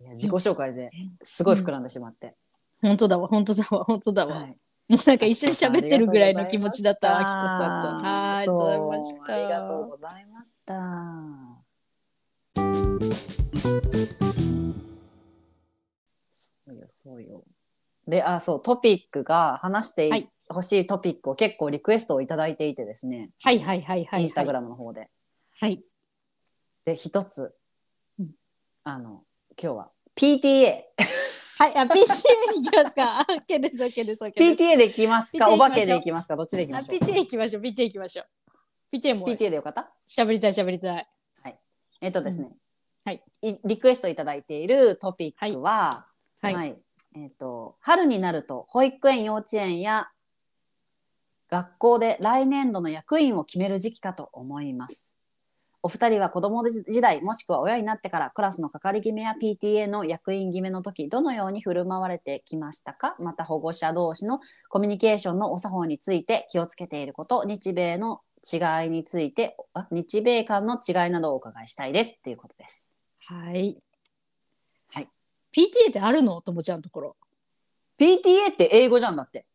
Speaker 3: いや自己紹介ですごい膨らんでしまって、
Speaker 2: う。本当だわ、本当だわ、本当だわ。
Speaker 3: はい
Speaker 2: もうなんか一緒に喋ってるぐらいの気持ちだったわ、
Speaker 3: あ
Speaker 2: あ
Speaker 3: き
Speaker 2: き
Speaker 3: こさん
Speaker 2: こさん
Speaker 3: と
Speaker 2: と。
Speaker 3: は
Speaker 2: はいい、
Speaker 3: そう
Speaker 2: あ
Speaker 3: ありが
Speaker 2: りが
Speaker 3: と
Speaker 2: と
Speaker 3: う
Speaker 2: う
Speaker 3: ございましたそうよそうよであそうトピックが話してい
Speaker 2: はい
Speaker 3: 欲しいトピックを結構リクエストを頂いいていてですね、
Speaker 2: はいはいはいはい。
Speaker 3: インスタグラムの方で
Speaker 2: はい。
Speaker 3: で一つ、
Speaker 2: うん
Speaker 3: あの今日は PTA
Speaker 2: はい、あ、PTA に行きますか。あ OK です、OK です、OK です。
Speaker 3: PTA でいきますか
Speaker 2: PTA
Speaker 3: お化けでいきますかどっちでいき
Speaker 2: あ
Speaker 3: ましょう
Speaker 2: PTA 行きましょう、PTA 行きましょう。PTA も
Speaker 3: PTA でよかった
Speaker 2: 喋りたい、喋りたい。
Speaker 3: えっとですね、
Speaker 2: はい
Speaker 3: いリクエストいただいているトピックは、は
Speaker 2: はいい
Speaker 3: えっと春になると保育園幼稚園や学校で来年度の役員を決める時期かと思います。お二人は子供時代もしくは親になってからクラスの係決めや PTA の役員決めの時どのように振る舞われてきましたかまた保護者同士のコミュニケーションのお作法について気をつけていること日米の違いについてあ日米間の違いなどをお伺いしたいですということです。
Speaker 2: はい。
Speaker 3: はい。
Speaker 2: PTA ってあるのともちゃんのところ。
Speaker 3: PTA って英語じゃんだって。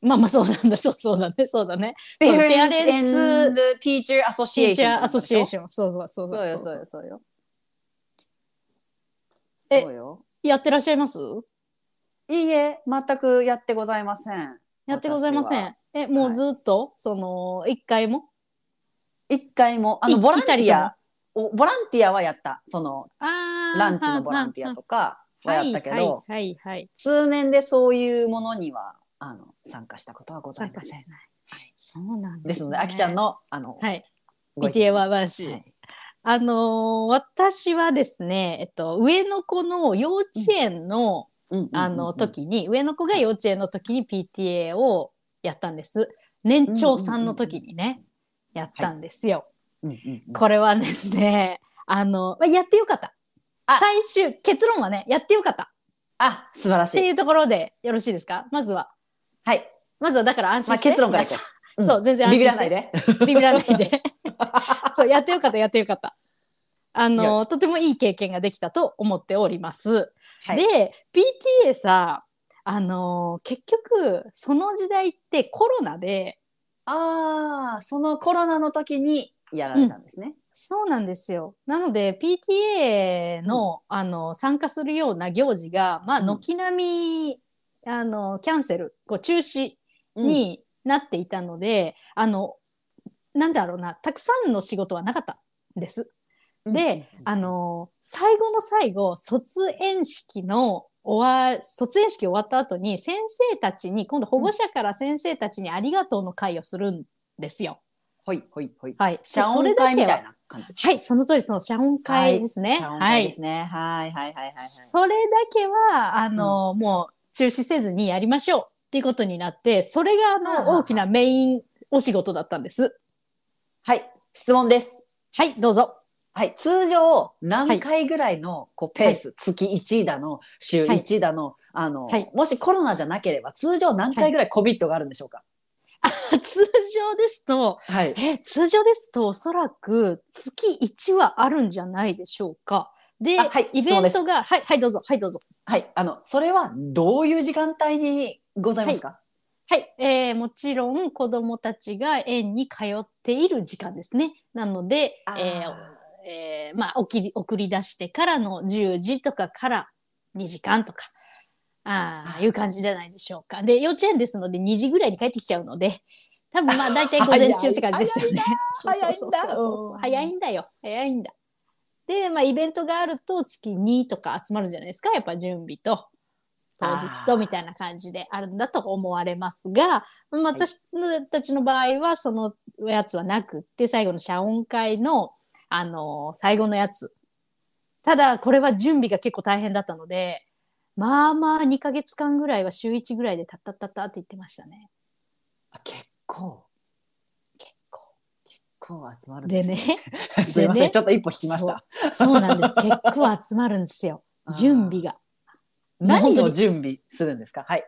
Speaker 2: まあまあそうなんだ。そうそうだね。そうだね。そうペアレンツ
Speaker 3: and Teacher
Speaker 2: ティーチャ
Speaker 3: Association
Speaker 2: ーアソシエー
Speaker 3: ョン。
Speaker 2: ション。そうそうそう
Speaker 3: そうよ
Speaker 2: そ
Speaker 3: そう
Speaker 2: う
Speaker 3: よ。そうよ。
Speaker 2: え
Speaker 3: そうよ。
Speaker 2: やってらっしゃいます
Speaker 3: いいえ、全くやってございません。
Speaker 2: やってございませ
Speaker 3: 私
Speaker 2: ん。え、も
Speaker 3: は
Speaker 2: う
Speaker 3: い
Speaker 2: ずっと、その、一回も
Speaker 3: 一回も、あの、ボ
Speaker 2: 行
Speaker 3: ラ
Speaker 2: っ
Speaker 3: ン
Speaker 2: た
Speaker 3: テ
Speaker 2: りと
Speaker 3: ィ
Speaker 2: か
Speaker 3: ア、おボランティアはやった。その、
Speaker 2: あー
Speaker 3: ランチのボランティアとかは
Speaker 2: は
Speaker 3: や
Speaker 2: んはん
Speaker 3: ったけど、
Speaker 2: はいはいはいはい。
Speaker 3: 通年でそういうものには、あの、参加したことはござい
Speaker 2: 参
Speaker 3: ま
Speaker 2: 加し
Speaker 3: せ
Speaker 2: なんい。。そうなん
Speaker 3: で
Speaker 2: で
Speaker 3: す
Speaker 2: す、ね。
Speaker 3: ので、あきちゃん。の、あの、
Speaker 2: はい。
Speaker 3: ご意見
Speaker 2: PTA は話。
Speaker 3: はい
Speaker 2: あのー私はですね、えっと、上の子の幼稚園の、
Speaker 3: うんうんうんうん
Speaker 2: あの、時に、上の子が幼稚園の時に PTA をやったんです。年長さんの時にね、やったんですよ。
Speaker 3: うんうんうん
Speaker 2: これはですね、あの、まあやってよかった。
Speaker 3: あ
Speaker 2: 最終、結論はね、やってよかった。
Speaker 3: あ、素晴ら
Speaker 2: っ
Speaker 3: して
Speaker 2: い
Speaker 3: い。
Speaker 2: うところでよろしいですかまずは。
Speaker 3: はい。
Speaker 2: まずはだから安
Speaker 3: まあ、
Speaker 2: 心して。
Speaker 3: 結論からいこう。
Speaker 2: そう、全然安
Speaker 3: ビビ
Speaker 2: 心
Speaker 3: ら
Speaker 2: し
Speaker 3: ない
Speaker 2: て。
Speaker 3: で。
Speaker 2: ビビらないで。 そう、やってよかった、やってよかった。あ
Speaker 3: い
Speaker 2: の、とてもいい経験ができたと思っております。
Speaker 3: はい
Speaker 2: で、PTA さ、あの結局、その時代ってコロナで、
Speaker 3: ああ、そのコロナの時にやられたんですね。
Speaker 2: そうなんですよ。なので PTA の,、あの参加するような行事が、まあ、
Speaker 3: うん
Speaker 2: 軒並み、あのキャンセルこう中止
Speaker 3: うん、
Speaker 2: になっていたので、あのなんだろうなたくさんの仕事はなかったんです。で、あの最後の最後卒園式の終わ卒園式終わった後に先生たちに今度保護者から先生たちにありがとうの会をするんですよ。
Speaker 3: ほいほいほい。
Speaker 2: はい、
Speaker 3: 謝
Speaker 2: そ
Speaker 3: 恩
Speaker 2: れだ
Speaker 3: 会
Speaker 2: け
Speaker 3: み
Speaker 2: は
Speaker 3: たいな感じ。
Speaker 2: はい、その通り、その謝恩会ですね。
Speaker 3: 謝恩
Speaker 2: は
Speaker 3: 会で
Speaker 2: い
Speaker 3: す。ね。はいはいはいはい。
Speaker 2: それだけは、あの、もう中止せずにやりましょうっていうことになって、それがあ
Speaker 3: はあはあ
Speaker 2: の、大きなメインお仕事だったんです。
Speaker 3: はい、質問です。
Speaker 2: はい、どうぞ。
Speaker 3: はい、通常何回ぐらいのこうペース、月1だの週
Speaker 2: はい
Speaker 3: 1だの、あの、
Speaker 2: はい
Speaker 3: もしコロナじゃなければ通常何回ぐらいコミットがあるんでしょうか。
Speaker 2: 通常ですと、
Speaker 3: はい、
Speaker 2: え、通常ですと、おそらく月1はあるんじゃないでしょうか。で、
Speaker 3: あはい
Speaker 2: イベントが、はい、はい、どうぞ、はい、どうぞ。
Speaker 3: はい、あのそれはどういう時間帯にございますか。
Speaker 2: はい、えーもちろん子供たちが園に通っている時間ですね。なので
Speaker 3: あ、ー
Speaker 2: えーえーまあ、送り送り出してからの10時とかから2時間とか、あ
Speaker 3: あ
Speaker 2: あ、いう感じじゃないでしょうか。で、幼稚園ですので2時ぐらいに帰ってきちゃうので、多分まあ大体午前中って感じですよね。
Speaker 3: 早い
Speaker 2: そう
Speaker 3: 早い
Speaker 2: そうそうそう
Speaker 3: うん
Speaker 2: 早いんだよ。早いんだ。で、まあイベントがあると月2とか集まるんじゃないですか。やっぱ準備と。当日
Speaker 3: あ
Speaker 2: と
Speaker 3: ー
Speaker 2: みたいな感じであるんだと思われますが、まあ
Speaker 3: い
Speaker 2: 私たちの場合はそのやつはなくって最後の謝恩会の、あのー最後のやつただこれは準備が結構大変だったのでまあまあ2ヶ月間ぐらいは週1ぐらいでタッタッタッタって言ってましたね
Speaker 3: あ結構
Speaker 2: 結構
Speaker 3: こう集まるん
Speaker 2: です ね
Speaker 3: すいません、
Speaker 2: でね
Speaker 3: ちょっと一歩引きました。
Speaker 2: そうなんです結構集まるんですよ準備
Speaker 3: が。
Speaker 2: が
Speaker 3: 何
Speaker 2: 本当
Speaker 3: を
Speaker 2: に
Speaker 3: 準備するんですか。はい、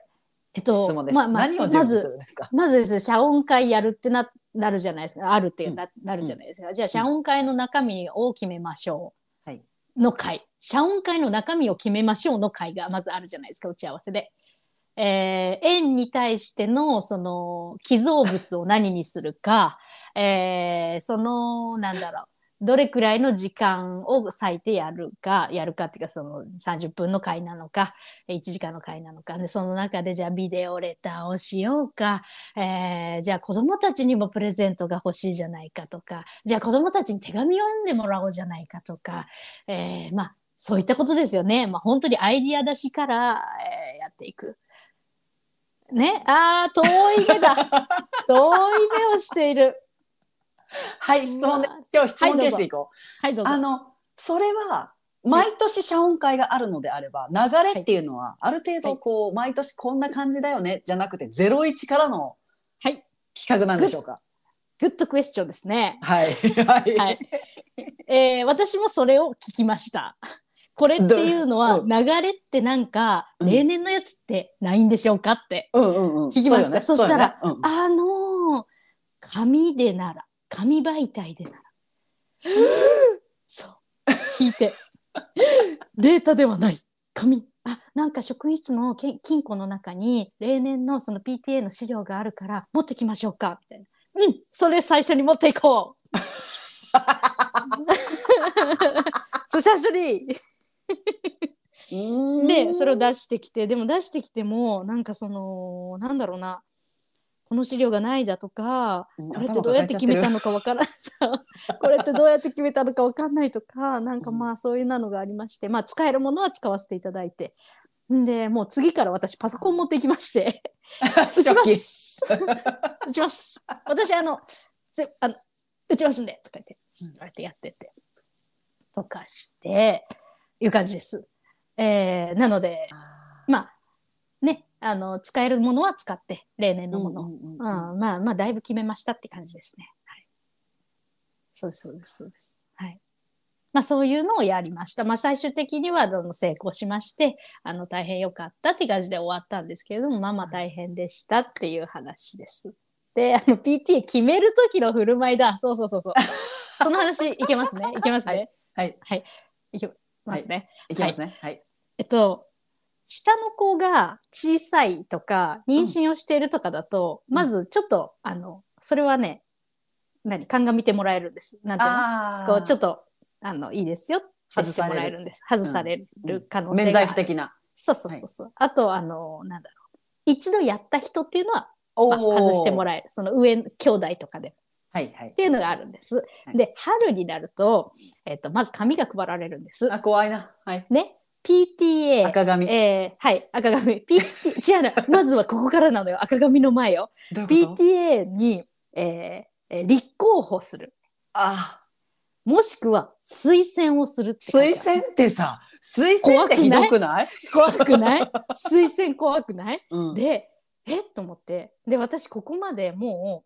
Speaker 2: えっと
Speaker 3: 質問です。
Speaker 2: まあまあ
Speaker 3: 何を準
Speaker 2: ま
Speaker 3: 備す
Speaker 2: ず
Speaker 3: るんですか。
Speaker 2: まずですね、謝恩会やるってななるじゃないですか。あるってな,、なるじゃないですか。じゃあ、謝恩会の中身を決めましょう。
Speaker 3: はい
Speaker 2: の会。謝恩会の中身を決めましょうの会がまずあるじゃないですか、打ち合わせで。えー、園に対しての、その、寄贈物を何にするか、えー、その、なんだろう。どれくらいの時間を割いてやるか、やるかっていうか、その30分の会なのか、1時間の会なのか、で、その中でじゃあビデオレターをしようか、えーじゃあ子供たちにもプレゼントが欲しいじゃないかとか、じゃあ子供たちに手紙を読んでもらおうじゃないかとか、えーまあ、そういったことですよね。まあ、本当にアイディア出しから、えーやっていく。ね、あー、遠い 目だ。遠い目をしている。
Speaker 3: はい、質問で
Speaker 2: うわ。
Speaker 3: 今日質問
Speaker 2: はいどうぞ
Speaker 3: 形式いこう。
Speaker 2: はい、どうぞ。
Speaker 3: あのそれは毎年謝恩会があるのであれば流れっていうのはある程度こう毎年こんな感じだよねじゃなくてゼロ一からの
Speaker 2: はい。
Speaker 3: 企画なんでしょうか。
Speaker 2: グッドクエスチョンですね。
Speaker 3: はい。はい。
Speaker 2: はい。えー私もそれを聞きました。これっていうのは
Speaker 3: どう
Speaker 2: 流れってなんか
Speaker 3: うん
Speaker 2: 例年のやつってないんでしょうかって、
Speaker 3: うんうんうん。
Speaker 2: 聞きました
Speaker 3: う
Speaker 2: そ
Speaker 3: だ
Speaker 2: したら
Speaker 3: そうだね
Speaker 2: あのー紙でなら紙媒体でならそう聞いてデータではない紙あなんか職員室のけ金庫の中に例年のその PTA の資料があるから持ってきましょうかみたいなうんそれ最初に持っていこうそう最初に
Speaker 3: うん。
Speaker 2: でそれを
Speaker 3: を
Speaker 2: 出してきてでも出してきてもなんかそのなんだろうなこの資料がないだとかこれってどうやって決めたのかわからん そうこれってどうやって決めたのかわかんないとかなんかまあそういうなのがありましてまあ使えるものは使わせていただいてんでもう次から私パソコン持ってきま して打ちま
Speaker 3: 初期。
Speaker 2: す 打ちます私あのぜあの打ちますんでとか言って、うん、こうやってやっててとかしていう感じです。えーなのでまあねあの使えるものは使って例年のもの、
Speaker 3: うんうんうん
Speaker 2: うんまあまあだいぶ決めましたって感じですね。はい、そうですそうですそうです。はい。まあそういうのをやりました。まあ最終的にはあの成功しましてあの大変良かったって感じで終わったんですけれどもまあまあ大変でしたっていう話です。であの PT 決める時の振る舞いだそうそうそうそうその話いけますねいけますね
Speaker 3: はい。
Speaker 2: いけますね。
Speaker 3: いきますね。はい。
Speaker 2: えっと、下の子が小さいとか、妊娠をしているとかだと、
Speaker 3: ん
Speaker 2: まずちょっと、あの、それはね、何、鑑みてもらえるんです。なんていうの
Speaker 3: あ
Speaker 2: こう、ちょっ
Speaker 3: と
Speaker 2: と、あの、いいですよってしてもらえるんです。外さ
Speaker 3: され
Speaker 2: れる可能性
Speaker 3: 免
Speaker 2: があ
Speaker 3: 罪
Speaker 2: る。
Speaker 3: 符的な。
Speaker 2: そうそうそうそう。あと、あの、なんだろう。一度やった人っていうのは、
Speaker 3: お
Speaker 2: まあ外しても
Speaker 3: ら
Speaker 2: らえる。その上、兄弟とかでも。
Speaker 3: う。はいはい
Speaker 2: っ。ていうのがあるんです。
Speaker 3: い
Speaker 2: で、春になると、えっと、まず紙が配られるんです。
Speaker 3: あ、怖いな。はい。
Speaker 2: ね。PTA。
Speaker 3: 赤髪。
Speaker 2: えー、はい、赤髪。PT、違うな、 まずはここからなのよ、赤髪の 前よ。
Speaker 3: どういうこと
Speaker 2: PTA に、えーえー立候補する。
Speaker 3: あ、
Speaker 2: もしくは推薦をするって書い
Speaker 3: 推
Speaker 2: てある。
Speaker 3: 薦ってさ、推薦ってひどくない
Speaker 2: 怖くない推薦怖くない
Speaker 3: うん
Speaker 2: で、えっと思って。で、私ここまでも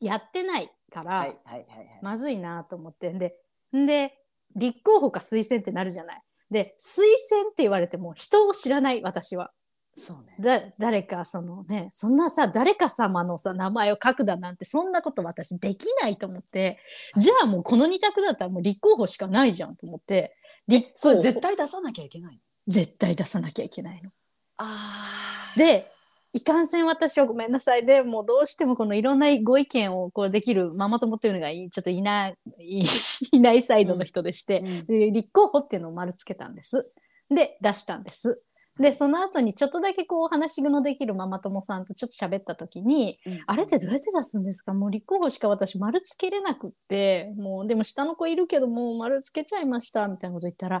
Speaker 2: うやってないから、
Speaker 3: はいはいはいはい。
Speaker 2: まずいなと思って。で、で、立候補か推薦ってなるじゃない。で、推薦って言われても人を知らない、私は。
Speaker 3: そうね。
Speaker 2: だ誰かそのねそんなさ誰か様のさ名前を書くだなんてそんなこと私できないと思ってじゃあもうこの2択だったらもう立候補しかないじゃんと思って立
Speaker 3: それ
Speaker 2: 候補
Speaker 3: 絶対出さなきゃいけない。
Speaker 2: 絶対出さなきゃいけないの。
Speaker 3: あで、
Speaker 2: でいかんせん私はごめんなさいでもうどうしてもこのいろんなご意見をこうできるママ友っていうのがいちょっといないいないサイドの人でして、で立候補っていうのを丸つけたんです。で出したんです。でその後にちょっとだけこうお話のできるママ友さんとちょっと喋った時に「あれってどうやって出すんですかもう立候補しか私丸つけれなくってもうでも下の子いるけどもう丸つけちゃいました」みたいなこと言ったら「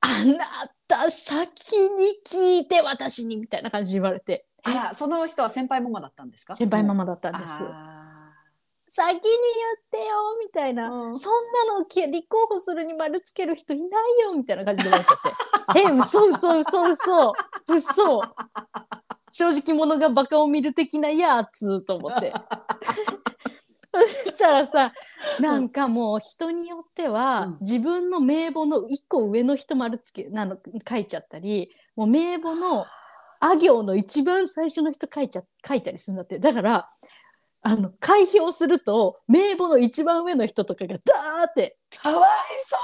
Speaker 2: あなた先に聞いて私に」みたいな感じで言われて
Speaker 3: あら、その人は先輩ママだったんですか
Speaker 2: 先輩マ
Speaker 3: マ
Speaker 2: マだったんです。
Speaker 3: あ
Speaker 2: 先に言ってよみたいな、
Speaker 3: うん
Speaker 2: そんなのけ立候補するに丸つける人いないよみたいな感じで言われちゃって え嘘嘘嘘嘘嘘正直者がバカを見る的なやつと思ってそしたらさなんかもう人によっては、
Speaker 3: うん
Speaker 2: 自分の名簿の一個上の人丸つけなの書いちゃったりもう名簿のあ行の一番最初の人書いちゃ書いたりするんだってだからあの開票すると名簿の一番上の人とかがダーって
Speaker 3: ー。かわいそう。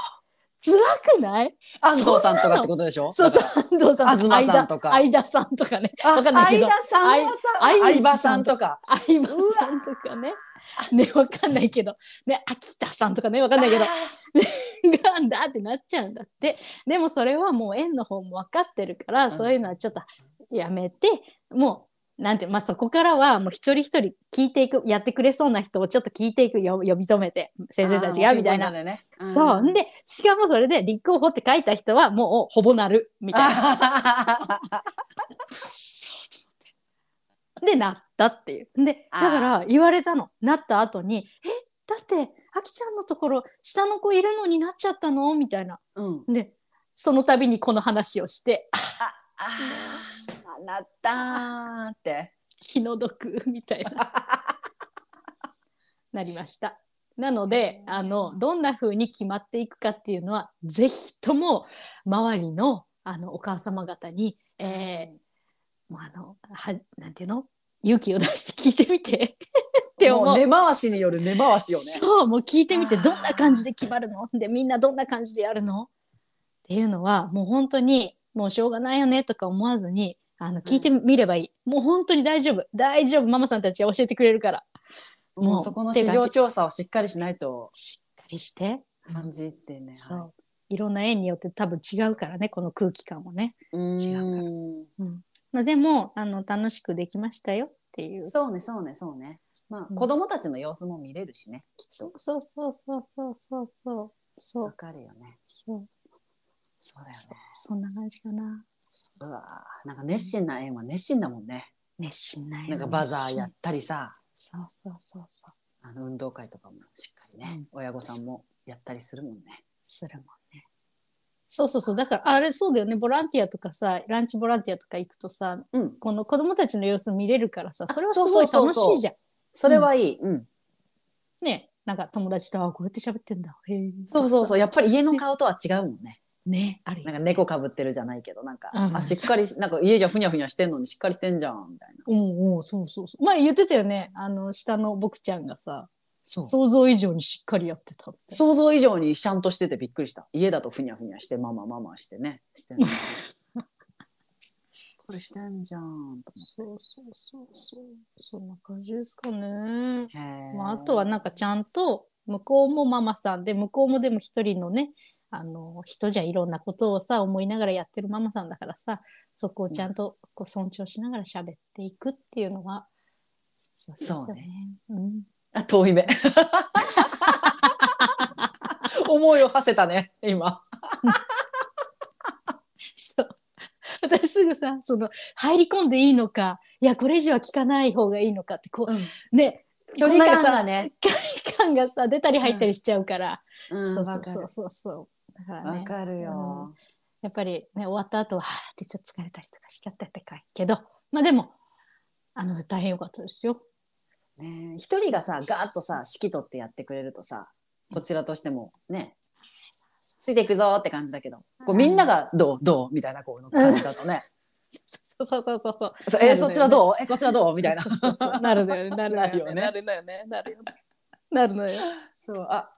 Speaker 2: 辛くない
Speaker 3: 安藤さんとかってことでしょ
Speaker 2: そうそう
Speaker 3: だか
Speaker 2: 安藤さんとか
Speaker 3: 東さんとか
Speaker 2: 相田相田さんとかね
Speaker 3: らあ、
Speaker 2: わかんないけど
Speaker 3: 相田さんはさ、
Speaker 2: あい
Speaker 3: 相葉さんとか。
Speaker 2: 相葉さんとかねねわかんないけどね秋田さんとかねわかんないけど
Speaker 3: あー
Speaker 2: がんだってなっちゃうんだってでもそれはもう園の方も分かってるから、
Speaker 3: うん
Speaker 2: そういうのはちょっとやめてもうなんてまあそこからはもう一人一人聞いていくやってくれそうな人をちょっと聞いていくよ呼び止めて先生たちがみたいな。
Speaker 3: あーピンポイントでね
Speaker 2: そう。んで、しかもそれで立候補って書いた人はもうほぼなる、みたいな。
Speaker 3: あ
Speaker 2: で、なったっていう。で、だから言われたの。なった後に、え、だって、あきちゃんのところ、下の子いるのになっちゃったのみたいな。
Speaker 3: ー うん。
Speaker 2: で、その度にこの話をして、
Speaker 3: あーなったーって。
Speaker 2: 気の毒みたいななりました。なのであのどんな風に決まっていくかっていうのはぜひとも周りのあのお母様方に、えーもうあのはなんていうの勇気を出して聞いてみ てって思う。
Speaker 3: もう根回しによる根回しよね。
Speaker 2: そうもう聞いてみて
Speaker 3: あー
Speaker 2: どんな感じで決まるのでみんなどんな感じでやるのっていうのはもう本当にもうしょうがないよねとか思わずにあの聞いてみればいい、もう本当に大丈夫大丈夫ママさんたちが教えてくれるからもう
Speaker 3: もうそこの市場調査をしっかりしないと
Speaker 2: しっかりして
Speaker 3: 感じってね。
Speaker 2: そういろんな縁によって多分違うからねこの空気感もね、
Speaker 3: はい
Speaker 2: 違
Speaker 3: う
Speaker 2: まあ、でもあの楽しくできましたよっていう
Speaker 3: から。そうね、そうね、そうね。ま
Speaker 2: う
Speaker 3: あ、
Speaker 2: ん
Speaker 3: 子供たちの様子も見れるしね、きっと。
Speaker 2: そうそうそうそうそうそうそ
Speaker 3: わ
Speaker 2: う
Speaker 3: かるよね。
Speaker 2: そう
Speaker 3: そうだよね。
Speaker 2: そんな感じかな
Speaker 3: うわーなんか熱心な縁は熱心だもんね。
Speaker 2: 熱心な
Speaker 3: なんかバザーや
Speaker 2: っ
Speaker 3: ったりさ、
Speaker 2: そうそうそうそう
Speaker 3: あの運動会とかもしっかりね、親御さんもやったりするもんね。
Speaker 2: するもんね。そうそうそう。だから、あれそうだよね。ボランティアとかさ、ランチボランティアとか行くとさ、
Speaker 3: うん、
Speaker 2: この子供たちの様子見れるからさ、それはす
Speaker 3: そう
Speaker 2: ご
Speaker 3: そ
Speaker 2: いう
Speaker 3: そう
Speaker 2: 楽
Speaker 3: そう
Speaker 2: しいじゃん。
Speaker 3: それはいい。うん。
Speaker 2: ね。なんか友達と、あ、こうやって喋ってんだ。へえ。
Speaker 3: そうそう
Speaker 2: う。
Speaker 3: そう。やっぱり家の顔とは違うもんね。
Speaker 2: ね。あるよ
Speaker 3: なんか猫かぶってるじゃないけど、なんか、
Speaker 2: うん
Speaker 3: あ、しっかり、なんか家じゃふにゃふにゃしてんのにしっかりしてんじゃん、みたいな。
Speaker 2: うんうん、そうそうそう。前言ってたよね。あの、下の僕ちゃんがさ、
Speaker 3: そう
Speaker 2: 想像以上にしっかりやってたって。
Speaker 3: 想像以上にシャンとしててびっくりした。家だとふにゃふにゃして、ママママしてね、してんのにしっかりしてんじゃん、と
Speaker 2: そうそうそうそう。そんな感じですかね。
Speaker 3: 思って。
Speaker 2: まあ、あとはなんかちゃんと向こうもママさんで向こうもでも一人のねあの人じゃいろんなことをさ思いながらやってるママさんだからさそこをちゃんとこう尊重しながら喋っていくっていうのは必要ですよね。うん、
Speaker 3: あ、遠い目。思いを馳せたね、今。
Speaker 2: そう私すぐさその入り込んでいいのかいやこれ以上は聞かない方がいいのかってこう、ね
Speaker 3: 距離感がね。
Speaker 2: 距離感がさ出たり入ったりしちゃうから、
Speaker 3: うん
Speaker 2: そう
Speaker 3: わか
Speaker 2: そうそう
Speaker 3: る。
Speaker 2: そうそうだからね
Speaker 3: わかるよ。
Speaker 2: やっぱりね、終わった後は、はあってちょっと疲れたりとかしちゃったってかいけど、まあでも、あの、大変良かったですよ。
Speaker 3: ね一人がさ、ガーッとさ、指揮取ってやってくれるとさ、こちらとしてもね、ついていくぞって感じだけど、こうみんながどうどうみたいなこう感じだとね。
Speaker 2: そうそうそうそうそう。
Speaker 3: そう え、そちらどうえ、こちらどうみたいな。
Speaker 2: そうそうそうなるのよね、なるのよね。
Speaker 3: な
Speaker 2: なるのよね。なるよね。なるのよ。
Speaker 3: そう、あ。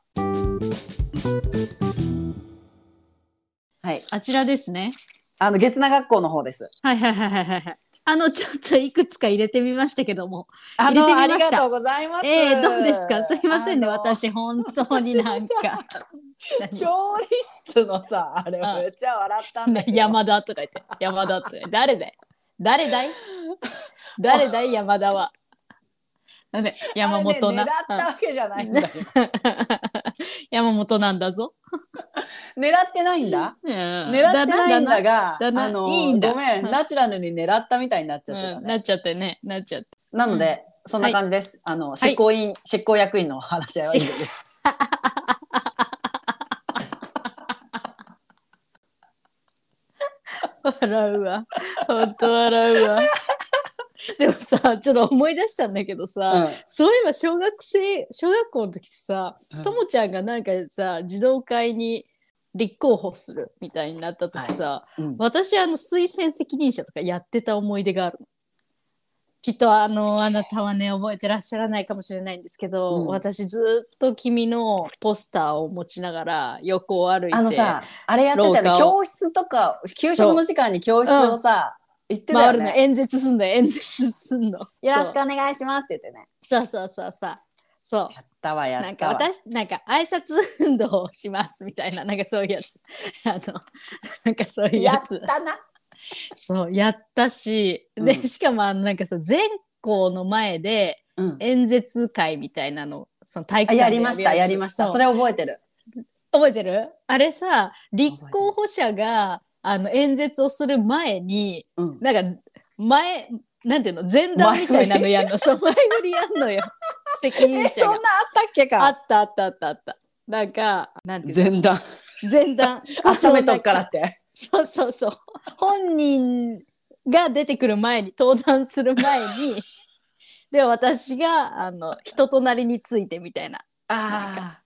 Speaker 3: はい。
Speaker 2: あちらですね。
Speaker 3: あの、月名学校の方です。
Speaker 2: はいはいはいはいはいはい。あの、ちょっといくつか入れてみましたけども。
Speaker 3: あ
Speaker 2: 入れて
Speaker 3: の、
Speaker 2: みま
Speaker 3: あ
Speaker 2: し
Speaker 3: り
Speaker 2: た
Speaker 3: がとうございます。
Speaker 2: ええどうですかすいませんね、
Speaker 3: あの。
Speaker 2: 私、本当に なんか。
Speaker 3: 調理室のさ、あれ
Speaker 2: うん
Speaker 3: めっちゃ笑ったんだけ ど。
Speaker 2: 山田とか言って、山田とか言って、誰だい誰だい誰だい山田は。なんで山本な、
Speaker 3: あれね狙ったわけじゃないんだよ。
Speaker 2: 山本なんだぞ。
Speaker 3: 狙ってないんだ。
Speaker 2: うん
Speaker 3: 狙ってないんだ
Speaker 2: な
Speaker 3: が、
Speaker 2: だな
Speaker 3: あの
Speaker 2: いいんだ
Speaker 3: ごめん、
Speaker 2: うん
Speaker 3: ナチュラルに狙ったみたいになっちゃって
Speaker 2: な
Speaker 3: た
Speaker 2: うんな
Speaker 3: ね。
Speaker 2: っちゃってね、なっちゃって。
Speaker 3: なので、そんな感じです。あの執行委員、執行役員のお話し合いは以上です。
Speaker 2: 笑うわ。本当笑うわ。でもさ、ちょっと思い出したんだけどさ、そういえば小学生、小学校の時さ、
Speaker 3: うん
Speaker 2: ともちゃんがなんかさ、児童会に立候補するみたいになった時さ、
Speaker 3: うん
Speaker 2: 私あの推薦責任者とかやってた思い出があるのきっとあのあなたはね覚えてらっしゃらないかもしれないんですけど、
Speaker 3: うん
Speaker 2: 私ずっと君のポスターを持ちながら横を歩いて
Speaker 3: あのさ、あれやってたよね
Speaker 2: 廊。下を
Speaker 3: 教室とか、給食の時間に教室をさ、行ってた
Speaker 2: 回
Speaker 3: よ
Speaker 2: るの
Speaker 3: ね。
Speaker 2: 演説すんの演説すんの よ
Speaker 3: よろしくお願いしますって言ってね。
Speaker 2: そうそうそうそうそう
Speaker 3: やったわ、や
Speaker 2: な
Speaker 3: っ
Speaker 2: んか
Speaker 3: たわ。
Speaker 2: 私なんか挨拶運動をしますみたいななんかそういうやつあのなんかそういう
Speaker 3: や
Speaker 2: や
Speaker 3: っ
Speaker 2: つ
Speaker 3: たな。
Speaker 2: そうやったし、で
Speaker 3: うん
Speaker 2: しかもあのなんかさ全校の前で
Speaker 3: うん
Speaker 2: 演説会みたいなの、その体育
Speaker 3: あ
Speaker 2: 館
Speaker 3: や
Speaker 2: で
Speaker 3: りました、
Speaker 2: る
Speaker 3: や
Speaker 2: つ
Speaker 3: りました。
Speaker 2: そう
Speaker 3: それ覚えてる。
Speaker 2: 覚えてるあれさ、立
Speaker 3: 覚えてる
Speaker 2: 候補者があの演説をする前に、
Speaker 3: うん。
Speaker 2: なんか前、なんていうの、前段みたいなのやんの、そう前振りやん のよ。責任
Speaker 3: え、そ
Speaker 2: 者
Speaker 3: んなあ
Speaker 2: が
Speaker 3: っ。たっけ
Speaker 2: あ
Speaker 3: か。
Speaker 2: ったあったあったあった。なんか、なんていう
Speaker 3: 前段。
Speaker 2: の、前段。
Speaker 3: 温めとくから
Speaker 2: あのなん
Speaker 3: っ。て。
Speaker 2: そうそうそう。 本人が出てくる前に、登壇する前に、で私があの人となりについてみたいな
Speaker 3: あ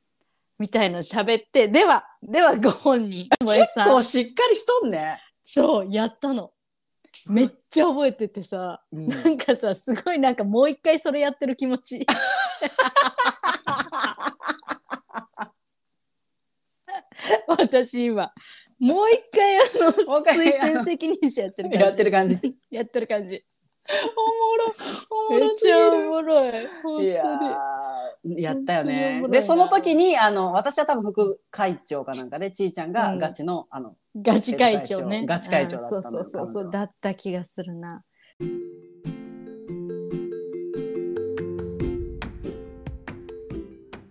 Speaker 2: みたいな喋ってではではご本人萌え
Speaker 3: あ、
Speaker 2: さ
Speaker 3: こ
Speaker 2: ん
Speaker 3: うしっかりしとんね。
Speaker 2: そうやったのめっちゃ覚えててさ
Speaker 3: うん
Speaker 2: なんかさすごいなんかもう一回それやってる気持ち 私今もう一回あ
Speaker 3: も
Speaker 2: の
Speaker 3: う一回
Speaker 2: 推薦責任者やってる感じ
Speaker 3: やってる感じ。
Speaker 2: やってる感じ
Speaker 3: おもろ、おも
Speaker 2: めっ
Speaker 3: ろすぎ
Speaker 2: ちゃお
Speaker 3: る。
Speaker 2: もろい
Speaker 3: いや
Speaker 2: 本当に
Speaker 3: ーやったよね
Speaker 2: 本当におも。ろいな
Speaker 3: で、その時に、あの、私は多分副会長かなんかで、ちーちゃん
Speaker 2: う
Speaker 3: が
Speaker 2: ん
Speaker 3: ガチの、あの、
Speaker 2: ガチ会長ね。
Speaker 3: ガチ会長だった
Speaker 2: そ
Speaker 3: ん
Speaker 2: う
Speaker 3: だ
Speaker 2: そうそ
Speaker 3: 彼女
Speaker 2: うそう
Speaker 3: は
Speaker 2: だった気がするな。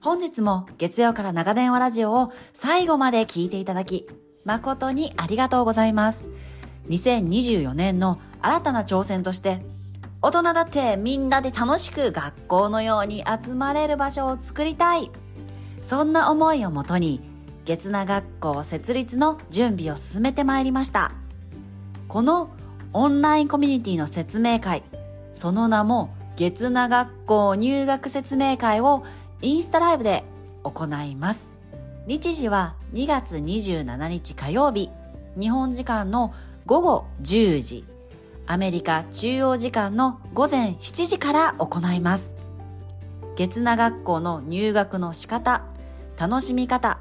Speaker 4: 本日も月曜から長電話ラジオを最後まで聞いていただき、誠にありがとうございます。2024年の新たな挑戦として、大人だってみんなで楽しく学校のように集まれる場所を作りたい。そんな思いをもとに、月名学校設立の準備を進めてまいりました。このオンラインコミュニティの説明会、その名も月名学校入学説明会をインスタライブで行います。日時は2月27日火曜日、日本時間の午後10時、アメリカ中央時間の午前7時から行います。月名学校の入学の仕方、楽しみ方、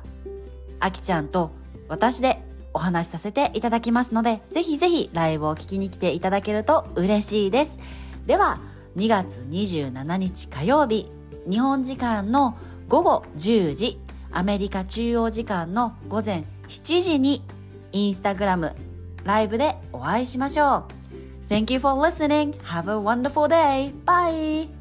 Speaker 4: あきちゃんと私でお話しさせていただきますので、ぜひぜひライブを聞きに来ていただけると嬉しいです。では、2月27日火曜日、日本時間の午後10時、アメリカ中央時間の午前7時に、インスタグラム、ライブでお会いしましょう。Thank you for listening. Have a wonderful day. Bye.